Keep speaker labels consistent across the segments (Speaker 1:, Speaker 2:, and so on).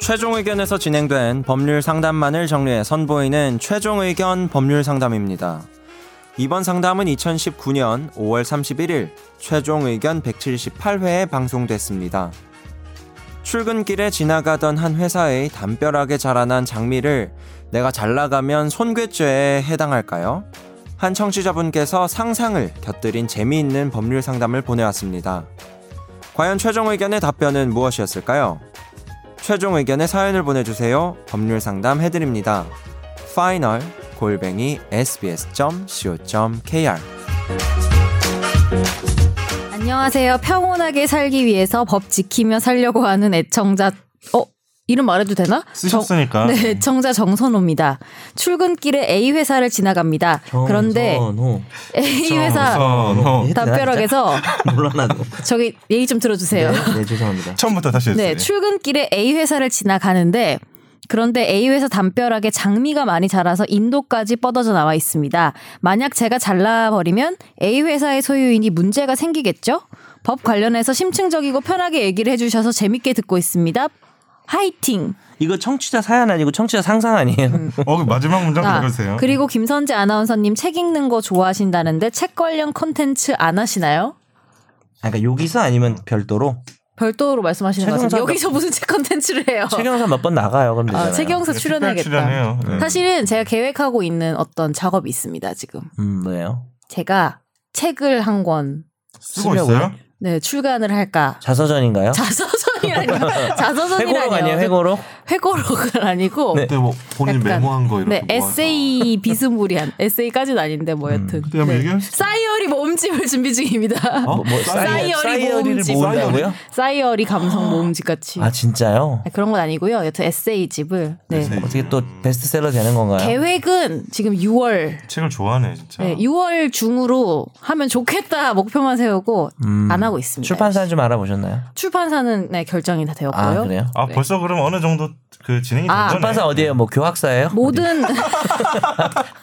Speaker 1: 최종 의견에서 진행된 법률 상담만을 정리해 선보이는 최종 의견 법률 상담입니다. 이번 상담은 2019년 5월 31일 최종 의견 178회에 방송됐습니다. 출근길에 지나가던 한 회사의 담벼락에 자라난 장미를 내가 잘나가면 손괴죄에 해당할까요? 한 청취자분께서 상상을 곁들인 재미있는 법률 상담을 보내왔습니다. 과연 최종 의견의 답변은 무엇이었을까요? 최종 의견의 사연을 보내주세요. 법률 상담 해드립니다. 파이널 골뱅이 sbs.co.kr
Speaker 2: 안녕하세요. 평온하게 살기 위해서 법 지키며 살려고 하는 애청자. 어 이름 말해도 되나?
Speaker 3: 쓰셨으니까.
Speaker 2: 정- 네, 애청자 정선호입니다. 출근길에 A 회사를 지나갑니다. 그런데 A 회사
Speaker 3: 정선호. 어,
Speaker 2: 담벼락에서
Speaker 4: 몰라 나도.
Speaker 2: 저기 얘기 좀 들어주세요.
Speaker 4: 네 죄송합니다.
Speaker 3: 처음부터 다시 해주세요.
Speaker 2: 네, 출근길에 A 회사를 지나가는데 그런데 A 회사 담벼락에 장미가 많이 자라서 인도까지 뻗어져 나와 있습니다. 만약 제가 잘라버리면 A 회사의 소유인이 문제가 생기겠죠? 법 관련해서 심층적이고 편하게 얘기를 해주셔서 재밌게 듣고 있습니다. 화이팅!
Speaker 4: 이거 청취자 사연 아니고 청취자 상상 아니에요?
Speaker 3: 어, 그 마지막 문장
Speaker 2: 아,
Speaker 3: 읽으세요.
Speaker 2: 그리고 김선재 아나운서님 책 읽는 거 좋아하신다는데 책 관련 컨텐츠 안 하시나요?
Speaker 4: 아, 그러니까 여기서 아니면 별도로
Speaker 2: 별도로 말씀하시는 거 같아요.
Speaker 4: 최경사
Speaker 2: 여기서 무슨 책 컨텐츠를 해요?
Speaker 4: 최경사 몇 번 나가요. 그럼 되잖아요.
Speaker 2: 어. 아, 최경사 출연해야겠다.
Speaker 3: 네, 출연해요.
Speaker 4: 음.
Speaker 3: 네.
Speaker 2: 사실은 제가 계획하고 있는 어떤 작업이 있습니다, 지금.
Speaker 4: 음, 뭐예요?
Speaker 2: 제가 책을 한 권,
Speaker 3: 쓰고
Speaker 4: 쓰려고요?
Speaker 3: 있어요?
Speaker 2: 네, 출간을 할까.
Speaker 4: 자서전인가요?
Speaker 2: 자서전이라뇨.
Speaker 4: 회고록
Speaker 2: 자서전이라뇨.
Speaker 4: 아니에요? 회고록?
Speaker 2: 회고록은 아니고,
Speaker 4: 네.
Speaker 3: 그때 뭐 본인
Speaker 2: 약간,
Speaker 3: 메모한 거 이런
Speaker 2: 네,
Speaker 3: 거. 모아서.
Speaker 2: 에세이 비스무리한, 에세이까지는 아닌데, 뭐
Speaker 4: 음.
Speaker 2: 여튼.
Speaker 3: 그때 한번
Speaker 2: 네.
Speaker 3: 얘기할 수
Speaker 2: 싸이어리 모음집을 준비 중입니다.
Speaker 3: 어?
Speaker 4: 뭐
Speaker 2: 싸이어리 모음집.
Speaker 4: 모은다고요?
Speaker 2: 싸이어리 감성 모음집 같이.
Speaker 4: 아 진짜요?
Speaker 2: 네, 그런 건 아니고요. 여튼 에세이집을. 네.
Speaker 3: 에세이.
Speaker 4: 어떻게 또 베스트셀러 되는 건가요?
Speaker 2: 계획은 지금 6월
Speaker 3: 책을 좋아하네 진짜.
Speaker 2: 네, 6월 중으로 하면 좋겠다 목표만 세우고
Speaker 4: 음.
Speaker 2: 안 하고 있습니다.
Speaker 4: 출판사는 좀 알아보셨나요?
Speaker 2: 출판사는 네, 결정이 다 되었고요.
Speaker 4: 아 그래요?
Speaker 3: 아
Speaker 2: 네.
Speaker 3: 벌써 그럼 어느 정도 그 진행이
Speaker 2: 아,
Speaker 3: 된 거네.
Speaker 4: 출판사 어디예요? 뭐 교학사예요?
Speaker 2: 모든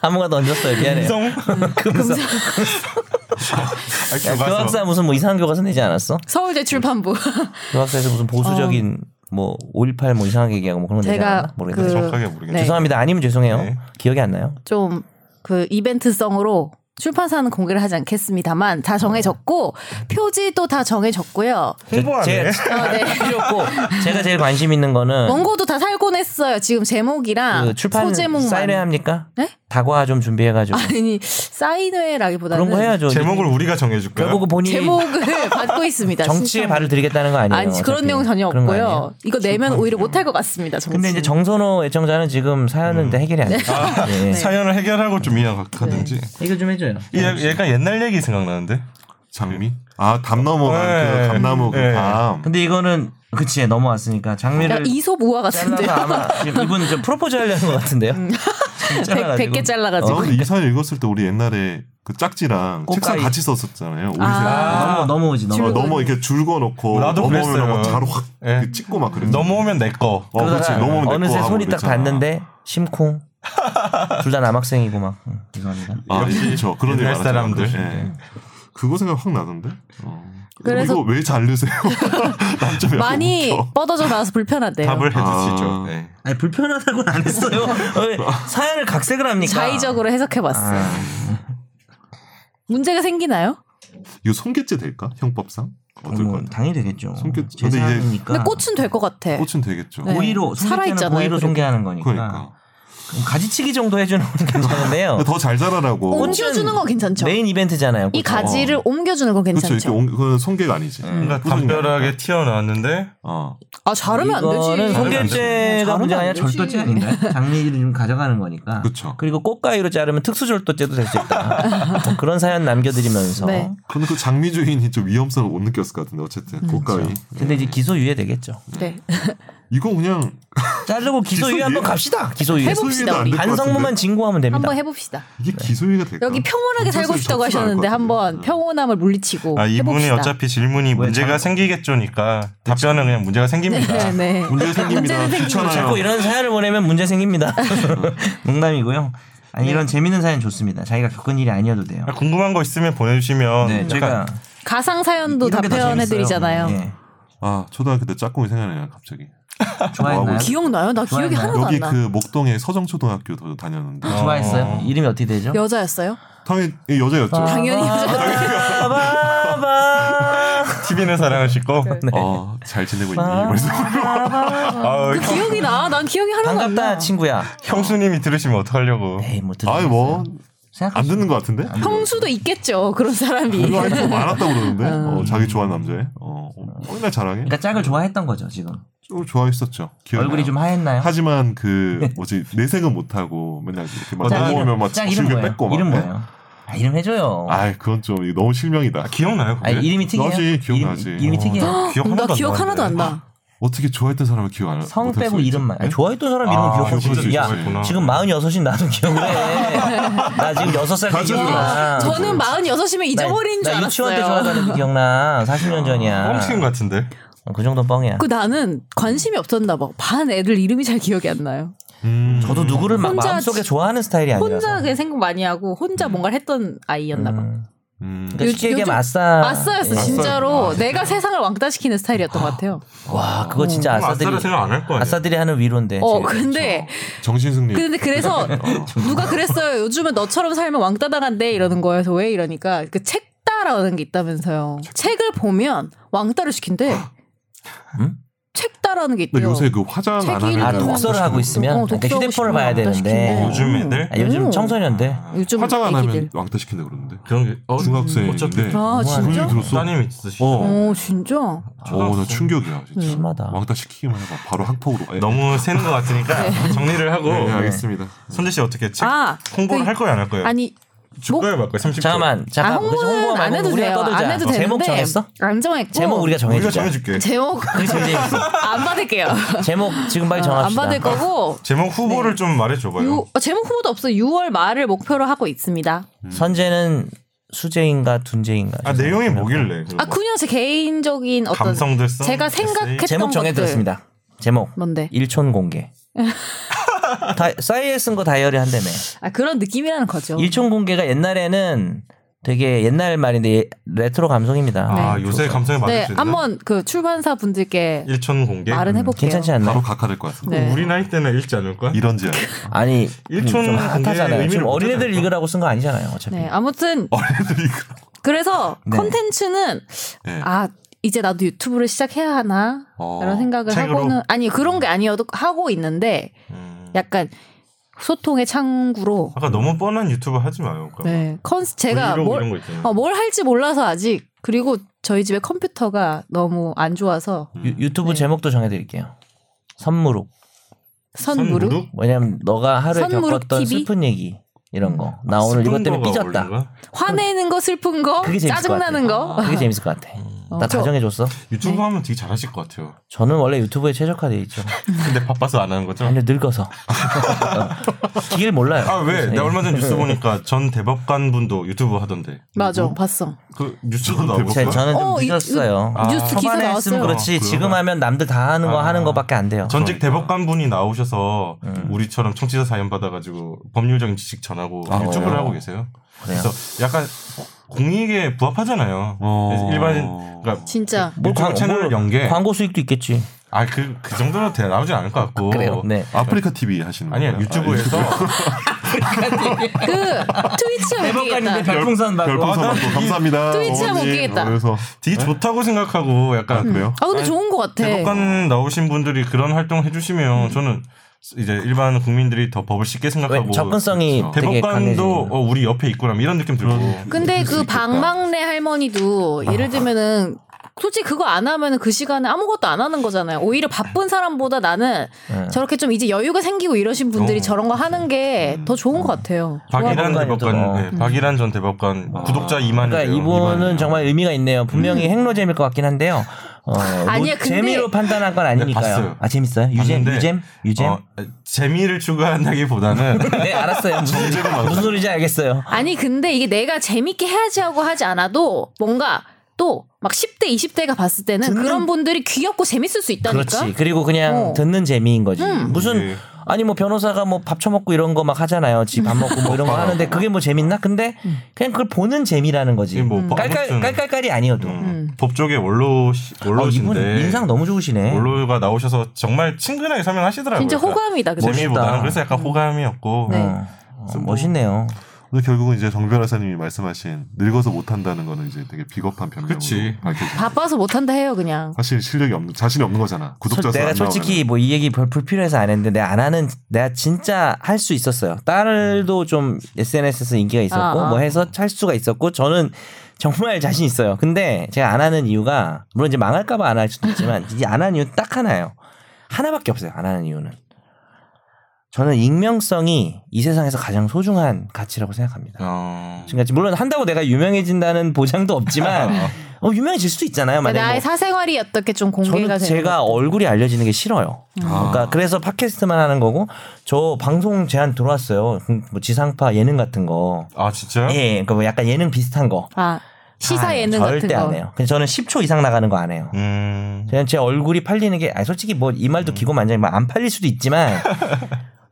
Speaker 4: 아무가도 얹었어요. 미안해요.
Speaker 3: 이성?
Speaker 4: 금성.
Speaker 3: 아,
Speaker 2: 네.
Speaker 4: 야,
Speaker 3: 교과서.
Speaker 4: 교학사 무슨 뭐 이상한 교과서 내지 않았어?
Speaker 2: 서울대 출판부
Speaker 4: 교학사에서 무슨 보수적인 뭐 5.18 뭐 이상하게 얘기하고 뭐 그런 거 내지
Speaker 2: 어. 제가
Speaker 4: 않았나? 모르겠어요.
Speaker 2: 그-
Speaker 3: 정확하게 모르겠네.
Speaker 2: 네.
Speaker 4: 죄송합니다. 아니면 죄송해요.
Speaker 3: 네.
Speaker 4: 기억이 안 나요.
Speaker 2: 좀 그 이벤트성으로 출판사는 공개를 하지 않겠습니다만 다 정해졌고 표지도 다 정해졌고요.
Speaker 3: 홍보하네.
Speaker 4: 제,
Speaker 2: 어, 네.
Speaker 4: 필요 없고 제가 제일 관심 있는 거는
Speaker 2: 원고도 다 살곤 했어요. 지금 제목이랑
Speaker 4: 그 출판
Speaker 2: 소제목만
Speaker 4: 사인회 합니까?
Speaker 2: 네?
Speaker 4: 다과 좀 준비해가지고
Speaker 2: 아니 사인회라기보다는
Speaker 4: 그런 거 해야죠.
Speaker 3: 제목을 우리가 정해줄까요?
Speaker 4: 결국은 본인이
Speaker 2: 제목을 받고 있습니다.
Speaker 4: 정치에
Speaker 2: 신청.
Speaker 4: 발을 들이겠다는 거 아니에요?
Speaker 2: 아니 그런
Speaker 4: 어차피.
Speaker 2: 내용 전혀
Speaker 4: 그런 거 아니에요?
Speaker 2: 없고요. 음. 이거 내면 오히려 못할 것 같습니다. 정치.
Speaker 4: 근데 이제 정선호 애청자는 지금 사연은 해결이 안 돼요.
Speaker 3: 아,
Speaker 4: 네.
Speaker 3: 사연을 해결하고 좀 이해가든지.
Speaker 4: 해결 좀 해줘요.
Speaker 2: 네.
Speaker 3: 예, 약간 옛날 얘기 생각나는데.
Speaker 5: 장미? 아, 담 넘어간
Speaker 3: 네.
Speaker 5: 그 감나무 그
Speaker 3: 네.
Speaker 5: 담.
Speaker 4: 근데 이거는 그치 넘어왔으니까
Speaker 2: 야,
Speaker 4: 장미를
Speaker 2: 이솝 우화 같은데요.
Speaker 4: 잘라서 아마 지금 이분 좀 프로포즈 하려는 것 같은데요. 지금 잘라가지고.
Speaker 2: 100, 개 잘라가지고.
Speaker 5: 나 아, 근데 이 사연 읽었을 때 우리 옛날에 그 짝지랑
Speaker 4: 꽃가위.
Speaker 5: 책상 같이 썼었잖아요. 우리
Speaker 2: 아.
Speaker 4: 넘어 넘어오지
Speaker 5: 생- 어,
Speaker 4: 넘어.
Speaker 5: 넘어 이렇게 줄거 놓고
Speaker 3: 뭐 나도
Speaker 5: 넘어오면
Speaker 3: 그랬어요.
Speaker 5: 막 자로 확
Speaker 3: 예.
Speaker 5: 그 찍고 막 그랬어.
Speaker 3: 넘어오면 내 거.
Speaker 5: 어, 그렇지.
Speaker 4: 그러다가
Speaker 5: 넘어오면 내
Speaker 4: 어느새
Speaker 5: 거 하고
Speaker 4: 손이 딱
Speaker 5: 그랬잖아.
Speaker 4: 닿는데 심쿵. 둘 다 남학생이고 막 응, 죄송합니다.
Speaker 5: 아,
Speaker 3: 역시
Speaker 5: 그렇죠. 그런
Speaker 3: 옛날
Speaker 5: 얘기 많았잖아.
Speaker 3: 사람들. 네.
Speaker 5: 그- 예. 그거 생각 확 나던데. 어.
Speaker 2: 그래서-
Speaker 5: 이거 왜 잘르세요? 남자면
Speaker 2: 많이 뻗어져 나와서 불편하대요.
Speaker 3: 답을 해주시죠.
Speaker 5: 아.
Speaker 3: 네.
Speaker 4: 아니 불편하다고는 안 했어요. 왜 사연을 각색을 합니까? 아,
Speaker 2: 자의적으로 해석해봤어요.
Speaker 5: 네,
Speaker 2: 문제가 생기나요?
Speaker 5: 이거 손괴죄 될까? 형법상? 어떨 것
Speaker 4: 뭐,
Speaker 5: 같아?
Speaker 4: 당연히 되겠죠.
Speaker 5: 손끝-
Speaker 4: 제
Speaker 5: 근데 이제-
Speaker 4: 사연이니까.
Speaker 2: 근데 꽃은 될 것 같아.
Speaker 5: 꽃은 되겠죠.
Speaker 2: 네.
Speaker 4: 고의로 손괴죄는
Speaker 2: 살아있잖아요,
Speaker 4: 고의로
Speaker 2: 그래도.
Speaker 4: 손괴하는 거니까.
Speaker 5: 그러니까. 어,
Speaker 4: 그럼 가지치기 정도 해주는 건 괜찮은데요.
Speaker 5: 더 잘 자라라고.
Speaker 4: 꽃은
Speaker 2: 옮겨주는 건 괜찮죠.
Speaker 4: 메인 이벤트잖아요.
Speaker 2: 이
Speaker 4: 꽃은.
Speaker 2: 가지를 옮겨주는 건
Speaker 5: 그렇죠. 이렇게
Speaker 2: 괜찮죠.
Speaker 5: 온, 그건 손괴가 아니지.
Speaker 3: 그러니까
Speaker 5: 꾸준히
Speaker 3: 담벼락에 튀어나왔는데
Speaker 5: 어.
Speaker 2: 아 자르면 안 되지.
Speaker 4: 이거는 손괴죄가
Speaker 2: 자르면
Speaker 4: 문제가
Speaker 2: 안
Speaker 4: 아니라
Speaker 2: 되지. 네.
Speaker 4: 절도죄 아닌가요? 장미를 좀 가져가는 거니까.
Speaker 5: 그쵸.
Speaker 4: 리고 꽃가위로 자르면 특수절도죄도 될 수 있다. 뭐 그런 사연 남겨드리면서.
Speaker 2: 네.
Speaker 5: 근데 그 장미 주인이 좀 위험성을 못 느꼈을 것 같은데 어쨌든
Speaker 2: 음.
Speaker 5: 꽃가위.
Speaker 2: 그렇죠.
Speaker 4: 근데 이제 기소유예 되겠죠.
Speaker 2: 네.
Speaker 5: 이거 그냥
Speaker 4: 자르고 기소유예
Speaker 5: 기소유예?
Speaker 4: 한번 갑시다. 기소유예.
Speaker 2: 해봅시다,
Speaker 5: 기소유예도 안
Speaker 2: 우리.
Speaker 5: 될것
Speaker 4: 반성문만
Speaker 5: 같은데.
Speaker 4: 진고하면 됩니다.
Speaker 2: 한번 해봅시다.
Speaker 5: 이게 기소유예가 될까?
Speaker 2: 여기 평온하게 살고
Speaker 5: 경찰서에
Speaker 2: 싶다고
Speaker 5: 접수할
Speaker 2: 하셨는데
Speaker 5: 것 같은데.
Speaker 2: 한번 평온함을 물리치고
Speaker 3: 아 이분이
Speaker 2: 해봅시다.
Speaker 3: 어차피 질문이 문제가
Speaker 4: 장-
Speaker 3: 생기겠죠니까 답변은 그냥 문제가 생깁니다.
Speaker 2: 네, 네.
Speaker 5: 문제 생깁니다.
Speaker 2: 문제는
Speaker 5: 귀찮아요.
Speaker 4: 자꾸 이런 사연을 보내면 문제 생깁니다. 농담이고요. 아니 이런
Speaker 2: 네.
Speaker 4: 재밌는 사연 좋습니다. 자기가 겪은 일이 아니어도 돼요.
Speaker 3: 아, 궁금한 거 있으면 보내주시면
Speaker 4: 네,
Speaker 3: 약간
Speaker 4: 제가
Speaker 2: 가상 사연도
Speaker 4: 이런 게더 재밌어요.
Speaker 2: 답변해드리잖아요.
Speaker 4: 예.
Speaker 5: 아 초등학교 때 짝꿍이 생각나요 갑자기.
Speaker 4: 좋아했나요?
Speaker 2: 기억나요? 나 기억이
Speaker 4: 예. 좋아요.
Speaker 2: 하나도
Speaker 5: 여기
Speaker 2: 안 나.
Speaker 5: 그 목동에 서정초등학교도 다녔는데
Speaker 3: 어.
Speaker 4: 좋아했어요?
Speaker 3: 어.
Speaker 4: 이름이 어떻게 되죠?
Speaker 2: 여자였어요?
Speaker 5: 당연히 여자였죠.
Speaker 4: 아.
Speaker 2: 당연히 여자.
Speaker 4: 바바바.
Speaker 3: TV는 사랑을
Speaker 2: 네.
Speaker 3: 싣고
Speaker 5: 어, 잘 지내고 있니? 그래서
Speaker 4: 바바바.
Speaker 3: 아우, 형-
Speaker 2: 기억이 나. 난 기억이 하나도 안 나.
Speaker 4: 반갑다 친구야.
Speaker 3: 형수님이 들으시면 어떡하려고
Speaker 4: 에이 뭐 들어.
Speaker 5: 어. 아이 뭐안
Speaker 4: 생각.
Speaker 5: 듣는 것 같은데?
Speaker 2: 아. 형수도 있겠죠. 그런 사람이.
Speaker 5: 이거 아니 많았다 그러는데 어, 자기 좋아하는 남자애 어, 맨날 자랑해
Speaker 4: 그러니까 짝을 좋아했던 거죠 지금.
Speaker 5: 좀 좋아했었죠 기억이
Speaker 4: 얼굴이
Speaker 5: 나요.
Speaker 4: 좀 하였나요? 네.
Speaker 5: 하지만 그 뭐지 내색은 못하고 맨날 이렇게 막
Speaker 3: 짝 이름,
Speaker 5: 넘어오면 막
Speaker 4: 짝 이름
Speaker 5: 지우개
Speaker 4: 뭐예요?
Speaker 5: 뺏고 막
Speaker 4: 이름
Speaker 5: 네?
Speaker 4: 뭐예요? 아 이름 해줘요. 아,
Speaker 5: 아이 그건 좀 이거 너무 실명이다
Speaker 3: 아, 기억나요 그게?
Speaker 4: 이름이 특이해요.
Speaker 5: 너지, 기억나지. 아,
Speaker 4: 이름, 이름이
Speaker 3: 어,
Speaker 4: 특이해요.
Speaker 3: 기억
Speaker 2: 나
Speaker 3: 하나도 안
Speaker 2: 기억 하나도 안
Speaker 3: 나는데.
Speaker 2: 나.
Speaker 5: 어떻게 좋아했던 사람을 기억 안
Speaker 4: 성 빼고
Speaker 5: 못했어요?
Speaker 4: 이름만. 아니,
Speaker 5: 네?
Speaker 4: 좋아했던 사람 이름
Speaker 3: 아,
Speaker 4: 기억하고
Speaker 5: 진짜
Speaker 4: 있지. 야
Speaker 5: 좋아했구나.
Speaker 4: 지금 46이 나는 기억을 해. 나 지금 6살 때
Speaker 5: 가지고
Speaker 4: 기억나.
Speaker 2: 저는 46이면 잊어버린
Speaker 4: 아, 네. 나,
Speaker 2: 줄
Speaker 4: 나 유치원 때
Speaker 2: 알았어요.
Speaker 4: 좋아하는 거 기억나.
Speaker 5: 아,
Speaker 4: 40년 전이야.
Speaker 3: 뻥친 것 같은데
Speaker 4: 어, 그 정도 뻥이야.
Speaker 2: 그 나는 관심이 없었나 봐. 반 애들 이름이 잘 기억이 안 나요.
Speaker 5: 음.
Speaker 4: 저도 누구를 막
Speaker 2: 혼자
Speaker 4: 마음속에
Speaker 2: 지-
Speaker 4: 좋아하는 스타일이 아니라서.
Speaker 2: 혼자 그냥 생각 많이 하고 혼자 뭔가를 했던 아이였나 봐.
Speaker 4: 음,
Speaker 5: 음.
Speaker 4: 그러니까 쉽게
Speaker 2: 요즘-
Speaker 4: 얘기하면 아싸.
Speaker 2: 아싸였어
Speaker 4: 예.
Speaker 2: 진짜로
Speaker 5: 아, 진짜.
Speaker 2: 내가 세상을 왕따시키는 스타일이었던 것 같아요.
Speaker 4: 와 그거 진짜
Speaker 3: 그럼
Speaker 4: 어, 아싸들이
Speaker 3: 뭐 아싸를 생각 안 할 거예요
Speaker 4: 아싸들이 하는 위로인데.
Speaker 2: 어
Speaker 4: 지금.
Speaker 2: 근데
Speaker 5: 정신승리 어.
Speaker 2: 근데 그래서
Speaker 4: 네.
Speaker 2: 누가 그랬어요. 요즘은 너처럼 살면 왕따 당한대 이러는 거여서 왜 이러니까 그 책따라는 게 있다면서요. 책을 보면 왕따를 시킨대.
Speaker 4: 음?
Speaker 2: 책따라는 게
Speaker 5: 근데
Speaker 2: 있대요.
Speaker 5: 요새 그 화장 안
Speaker 2: 책이
Speaker 5: 하면
Speaker 4: 아
Speaker 2: 음.
Speaker 4: 독서를 하고 있으면
Speaker 2: 어,
Speaker 4: 그러니까
Speaker 2: 독서하고
Speaker 4: 휴대폰을
Speaker 2: 싶으면
Speaker 4: 봐야
Speaker 2: 왕따
Speaker 4: 되는데
Speaker 2: 시킨대.
Speaker 3: 요즘 애들?
Speaker 4: 아, 요즘
Speaker 2: 오.
Speaker 4: 청소년들
Speaker 2: 요즘
Speaker 5: 화장 안
Speaker 2: 애기들.
Speaker 5: 하면 왕따 시킨다 그러는데
Speaker 3: 그런 게 어,
Speaker 5: 중학생인데
Speaker 3: 어차피
Speaker 2: 아 진짜?
Speaker 5: 그런 얘기 들었어
Speaker 3: 따님이 있으시죠
Speaker 5: 어.
Speaker 2: 어 진짜?
Speaker 5: 어나 충격이야 진짜
Speaker 4: 네. 심하다.
Speaker 5: 왕따 시키기만 해봐 바로 학폭으로 예.
Speaker 3: 너무 새는 것 같으니까 정리를 하고
Speaker 5: 네, 알겠습니다
Speaker 3: 손재 씨 어떻게 책
Speaker 2: 아
Speaker 3: 홍보를
Speaker 2: 그-
Speaker 3: 할 거예요 안 할 거예요?
Speaker 2: 아니 뭐
Speaker 3: 줄
Speaker 2: 목-
Speaker 3: 거예요 말 거예요? 30분
Speaker 4: 잠깐만 잠깐
Speaker 2: 아,
Speaker 4: 그래서
Speaker 2: 홍보는
Speaker 4: 홍보만
Speaker 2: 안
Speaker 4: 말고
Speaker 2: 해도
Speaker 4: 우리가
Speaker 2: 돼요.
Speaker 4: 떠들자.
Speaker 2: 안 해도
Speaker 4: 어, 제목
Speaker 2: 되는데
Speaker 4: 정했어?
Speaker 2: 안 정했고
Speaker 4: 제목 우리가
Speaker 3: 우리가
Speaker 4: 정해주자
Speaker 3: 정해줄게
Speaker 2: 제목
Speaker 4: 그게 제일 재밌어
Speaker 2: 안 받을게요.
Speaker 4: 제목 지금 빨리
Speaker 2: 어, 안
Speaker 4: 네, 정합시다
Speaker 2: 받을 거고
Speaker 3: 제목 후보를
Speaker 2: 네.
Speaker 3: 좀 말해줘봐요
Speaker 2: 유- 어, 제목 후보도 없어. 6월 말을 목표로 하고 있습니다.
Speaker 4: 음. 선재는 수재인가 둔재인가
Speaker 3: 아 내용이 뭐길래 그리고
Speaker 2: 아 그냥 제 개인적인 어떤
Speaker 3: 감성들 써
Speaker 2: 제가 생각했던
Speaker 4: 제목
Speaker 2: 것들.
Speaker 4: 정해드렸습니다 제목
Speaker 2: 뭔데?
Speaker 4: 일촌 공개 다, 싸이에 쓴 거 다이어리 한다며
Speaker 2: 아 그런 느낌이라는 거죠.
Speaker 4: 일촌 공개가 옛날에는 되게 옛날 말인데 예- 레트로 감성입니다
Speaker 3: 아
Speaker 2: 네.
Speaker 3: 요새 예. 음, 감성에 맞을
Speaker 2: 네,
Speaker 3: 수 있는
Speaker 2: 한번 그 출판사 분들께
Speaker 3: 일촌 공개
Speaker 2: 말은 해볼게요.
Speaker 4: 괜찮지 않나요?
Speaker 5: 바로 각하될 것 같습니다
Speaker 2: 네.
Speaker 3: 우리 나이 때는 읽지 않을 거야?
Speaker 5: 이런지
Speaker 4: 아니
Speaker 3: 일촌
Speaker 4: 좀
Speaker 3: 공개의
Speaker 4: 핫하잖아요
Speaker 3: 의미를
Speaker 4: 지금
Speaker 3: 못
Speaker 4: 어린애들
Speaker 3: 찾아요.
Speaker 4: 읽으라고 쓴 거 아니잖아요 어차피
Speaker 2: 네, 아무튼
Speaker 5: 어린애들이
Speaker 2: 그래서
Speaker 4: 네.
Speaker 2: 컨텐츠는
Speaker 5: 네.
Speaker 2: 아 이제 나도 유튜브를 시작해야 하나
Speaker 5: 어,
Speaker 2: 이런 생각을
Speaker 3: 책으로?
Speaker 2: 하고는 아니 그런 게 아니어도 하고 있는데
Speaker 3: 음.
Speaker 2: 약간 소통의 창구로
Speaker 3: 아까 너무 뻔한 유튜브 하지 마요 그러니까
Speaker 2: 네, 컨스 제가
Speaker 3: 브이로그
Speaker 2: 뭘
Speaker 3: 이런 거 있잖아요.
Speaker 2: 어, 뭘 할지 몰라서 아직 그리고 저희 집에 컴퓨터가 너무 안 좋아서
Speaker 4: 유, 유튜브
Speaker 2: 네.
Speaker 4: 제목도 정해드릴게요. 선무룩.
Speaker 2: 선무릎
Speaker 3: 선무룩?
Speaker 4: 왜냐면 너가 하루에
Speaker 2: 선무룩
Speaker 4: 겪었던
Speaker 2: TV?
Speaker 4: 슬픈 얘기 이런 거.
Speaker 2: 아,
Speaker 4: 나 오늘 이것
Speaker 3: 음.
Speaker 4: 때문에
Speaker 3: 스푼버거
Speaker 4: 삐졌다.
Speaker 3: 올린 거야?
Speaker 2: 화내는 거 슬픈 거
Speaker 4: 그게 재밌을
Speaker 2: 짜증나는
Speaker 4: 것
Speaker 2: 거
Speaker 4: 같아. 그게 재밌을 것
Speaker 3: 음.
Speaker 4: 같아. 나
Speaker 2: 저-
Speaker 4: 다 정해줬어.
Speaker 2: 네.
Speaker 3: 유튜브 하면 되게 잘하실 것 같아요.
Speaker 4: 저는 원래 유튜브에 최적화돼 있죠.
Speaker 3: 근데 바빠서 안 하는 거죠?
Speaker 4: 아니 늙어서 길 몰라요.
Speaker 3: 아 왜?
Speaker 4: 그래서
Speaker 3: 내가
Speaker 4: 이-
Speaker 3: 얼마 전 뉴스 보니까 전 대법관 분도 유튜브 하던데.
Speaker 2: 맞아 봤어
Speaker 3: 그 뉴스도 나오고.
Speaker 4: 음, 제- 저는 좀
Speaker 2: 어, 이-
Speaker 4: 늦었어요.
Speaker 2: 이- 뉴스 기사
Speaker 4: 초반에
Speaker 2: 나왔어요.
Speaker 4: 했으면 그렇지
Speaker 3: 아, 그래요?
Speaker 4: 지금 하면 남들 다 하는 거
Speaker 3: 아.
Speaker 4: 하는 거밖에 안 돼요.
Speaker 3: 전직 대법관 분이 나오셔서 우리처럼 청취자 사연 받아가지고 법률적인 지식 전하고 유튜브를 하고 계세요. 그래서 약간 공익에 부합하잖아요.
Speaker 5: 어.
Speaker 3: 그래서 일반인 그러니까
Speaker 2: 진짜
Speaker 4: 뭐
Speaker 3: 유튜브
Speaker 4: 광-
Speaker 3: 채널
Speaker 4: 뭐
Speaker 3: 연계.
Speaker 4: 광고 수익도 있겠지.
Speaker 3: 아그그 정도로 대 나오진 않을 것 같고.
Speaker 4: 그래요. 네.
Speaker 5: 아프리카 TV 하시는
Speaker 3: 아니야
Speaker 5: 거예요?
Speaker 3: 유튜브에서
Speaker 2: 그 트위치하면 웃기겠다
Speaker 4: 별풍선 받고
Speaker 5: 아, 별풍선 받고 감사합니다.
Speaker 2: 아, 트위치 하면
Speaker 5: 어머니.
Speaker 2: 웃기겠다.
Speaker 5: 그래서
Speaker 3: 되게 좋다고 생각하고 약간
Speaker 5: 아, 그래요?
Speaker 2: 아 근데 좋은 것 같아
Speaker 3: 대법관 나오신 분들이 그런 활동을 해주시면 저는 이제 일반 국민들이 더 법을 쉽게
Speaker 4: 왜
Speaker 3: 생각하고 그렇죠.
Speaker 4: 접근성이 되게
Speaker 3: 대법관도
Speaker 4: 강해지는.
Speaker 3: 어, 우리 옆에 있구나 이런 느낌 들고
Speaker 2: 근데
Speaker 5: 있겠다.
Speaker 2: 그 방망래 할머니도 예를 들면은 솔직히 그거 안 하면 그 시간에 아무것도 안 하는 거잖아요. 오히려 바쁜 사람보다 나는
Speaker 4: 네.
Speaker 2: 저렇게 좀 이제 여유가 생기고 이러신 분들이
Speaker 3: 어.
Speaker 2: 저런 거 하는 게
Speaker 3: 음.
Speaker 2: 더 좋은 것 같아요.
Speaker 3: 박일한
Speaker 4: 대법관이 또-
Speaker 3: 대법관 네, 박일한 전 대법관 구독자 2만이에요.
Speaker 4: 어.
Speaker 3: 음.
Speaker 4: 그러니까 이분은 정말 의미가 있네요. 분명히 행로잼일 것 같긴 한데요. 어, 뭐
Speaker 2: 아니야, 근데-
Speaker 4: 재미로 판단한 건 아니니까요.
Speaker 3: 네, 봤어요.
Speaker 4: 아 재밌어요? 유잼,
Speaker 3: 봤는데,
Speaker 4: 유잼, 유잼.
Speaker 3: 어, 재미를 추구한다기보다는
Speaker 4: 네 알았어요. 무슨, 무슨 소리인지 알겠어요.
Speaker 2: 아니 근데 이게 내가 재밌게 해야지 하고 하지 않아도 뭔가 또 막 10대 20대가 봤을 때는 그런 분들이 귀엽고 재밌을 수 있다니까.
Speaker 4: 그렇지. 그리고 그냥
Speaker 2: 어.
Speaker 4: 듣는 재미인 거지. 무슨
Speaker 3: 예.
Speaker 4: 아니 뭐 변호사가 뭐 밥 처먹고 이런 거 막 하잖아요. 집 밥 먹고 뭐 이런
Speaker 3: 음.
Speaker 4: 거 하는데 그게 뭐 재밌나? 근데
Speaker 2: 음.
Speaker 4: 그냥 그걸 보는 재미라는 거지.
Speaker 3: 이게 뭐 법-
Speaker 4: 깔깔
Speaker 3: 아무튼- 음.
Speaker 4: 깔깔깔이 아니어도.
Speaker 3: 법조계 원로
Speaker 4: 어, 이분
Speaker 3: 원로신데
Speaker 4: 인상 너무 좋으시네.
Speaker 3: 원로가 나오셔서 정말 친근하게 설명하시더라고요. 음.
Speaker 2: 진짜
Speaker 3: 그러니까
Speaker 2: 호감이다. 그죠?
Speaker 4: 멋있다. 음.
Speaker 3: 재미보다는 그래서 약간 호감이었고
Speaker 2: 네.
Speaker 4: 어, 어, 멋있네요.
Speaker 5: 근데 결국은 이제 정 변호사님이 말씀하신 늙어서 못한다는 거는 이제 되게 비겁한 변명으로
Speaker 3: 그치.
Speaker 5: 밝혀진
Speaker 2: 바빠서 못한다 해요 그냥.
Speaker 5: 사실 실력이 없는 자신이 없는 거잖아. 구독자
Speaker 4: 솔-
Speaker 5: 수
Speaker 4: 내가
Speaker 5: 안
Speaker 4: 솔직히 뭐 이 얘기 별 불필요해서 안 했는데 내가 안 하는 내가 진짜 할 수 있었어요. 딸도 좀 SNS에서 인기가 있었고
Speaker 2: 아, 아.
Speaker 4: 뭐 해서 할 수가 있었고 저는 정말 자신 있어요. 근데 제가 안 하는 이유가 물론 이제 망할까봐 안 할 수도 있지만 이제 안 하는 이유 는딱 하나예요. 하나밖에 없어요. 안 하는 이유는 저는 익명성이 이 세상에서 가장 소중한 가치라고 생각합니다.
Speaker 3: 어,
Speaker 4: 지금까지 물론 한다고 내가 유명해진다는 보장도 없지만 어, 유명해질 수도 있잖아요. 만약에 뭐
Speaker 2: 나의 사생활이 어떻게 좀 공개가
Speaker 4: 저는
Speaker 2: 되는 음. 아.
Speaker 4: 제가 얼굴이 알려지는 게 싫어요. 그러니까 그래서 팟캐스트만 하는 거고 저 방송 제안 들어왔어요. 음, 뭐 지상파 예능 같은 거.
Speaker 3: 아 진짜요?
Speaker 4: 예, 그러니까 뭐 약간 예능 비슷한 거.
Speaker 2: 아 어? 시사
Speaker 4: 아,
Speaker 2: 예능 같은
Speaker 4: 절대
Speaker 2: 거.
Speaker 4: 안 해요. 근데 저는 10초 이상 나가는 거 안 해요.
Speaker 3: 음.
Speaker 4: 그냥 제 얼굴이 팔리는 게 아니 솔직히 뭐 이
Speaker 2: 음.
Speaker 4: 말도 기고만장이면 안 팔릴 수도 있지만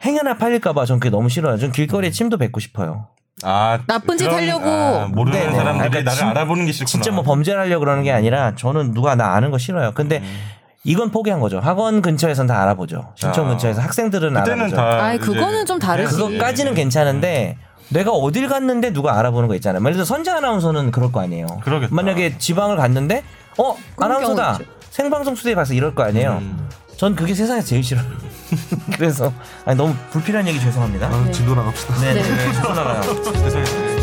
Speaker 4: 행여나 팔릴까봐 전 그게 너무 싫어요. 전 길거리에
Speaker 2: 음.
Speaker 4: 침도 뱉고 싶어요.
Speaker 3: 아
Speaker 2: 나쁜 짓
Speaker 3: 그런-
Speaker 2: 하려고.
Speaker 3: 아, 모르는
Speaker 4: 네네.
Speaker 3: 사람들이
Speaker 4: 그러니까
Speaker 3: 나를
Speaker 4: 진-
Speaker 3: 알아보는 게 싫구나.
Speaker 4: 진짜 뭐 범죄를 하려고 그러는 게 아니라 저는 누가 나 아는 거 싫어요. 근데
Speaker 2: 음.
Speaker 4: 이건 포기한 거죠. 학원 근처에선 다 알아보죠. 신촌
Speaker 3: 아.
Speaker 4: 근처에서 학생들은
Speaker 3: 그때는
Speaker 4: 알아보죠. 네,
Speaker 3: 다.
Speaker 2: 아이,
Speaker 3: 이제 예.
Speaker 2: 그거는 좀
Speaker 5: 네.
Speaker 2: 다르지.
Speaker 4: 그것까지는 괜찮은데 내가 어딜 갔는데 누가 알아보는 거 있잖아요. 예를 들어 선재 아나운서는 그럴 거 아니에요.
Speaker 3: 그러겠다.
Speaker 4: 만약에 지방을 갔는데 어
Speaker 2: 그런
Speaker 4: 아나운서다
Speaker 2: 경우
Speaker 4: 생방송 수대에 가서 이럴 거 아니에요.
Speaker 5: 음.
Speaker 4: 전 그게 세상에서 제일 싫어요. 그래서 아니, 너무 불필요한 얘기 죄송합니다.
Speaker 5: 나오면은. 아, 진도 나갑시다.
Speaker 4: 네, 네, 네, 죄송합니다.
Speaker 3: 예. 죄송해요.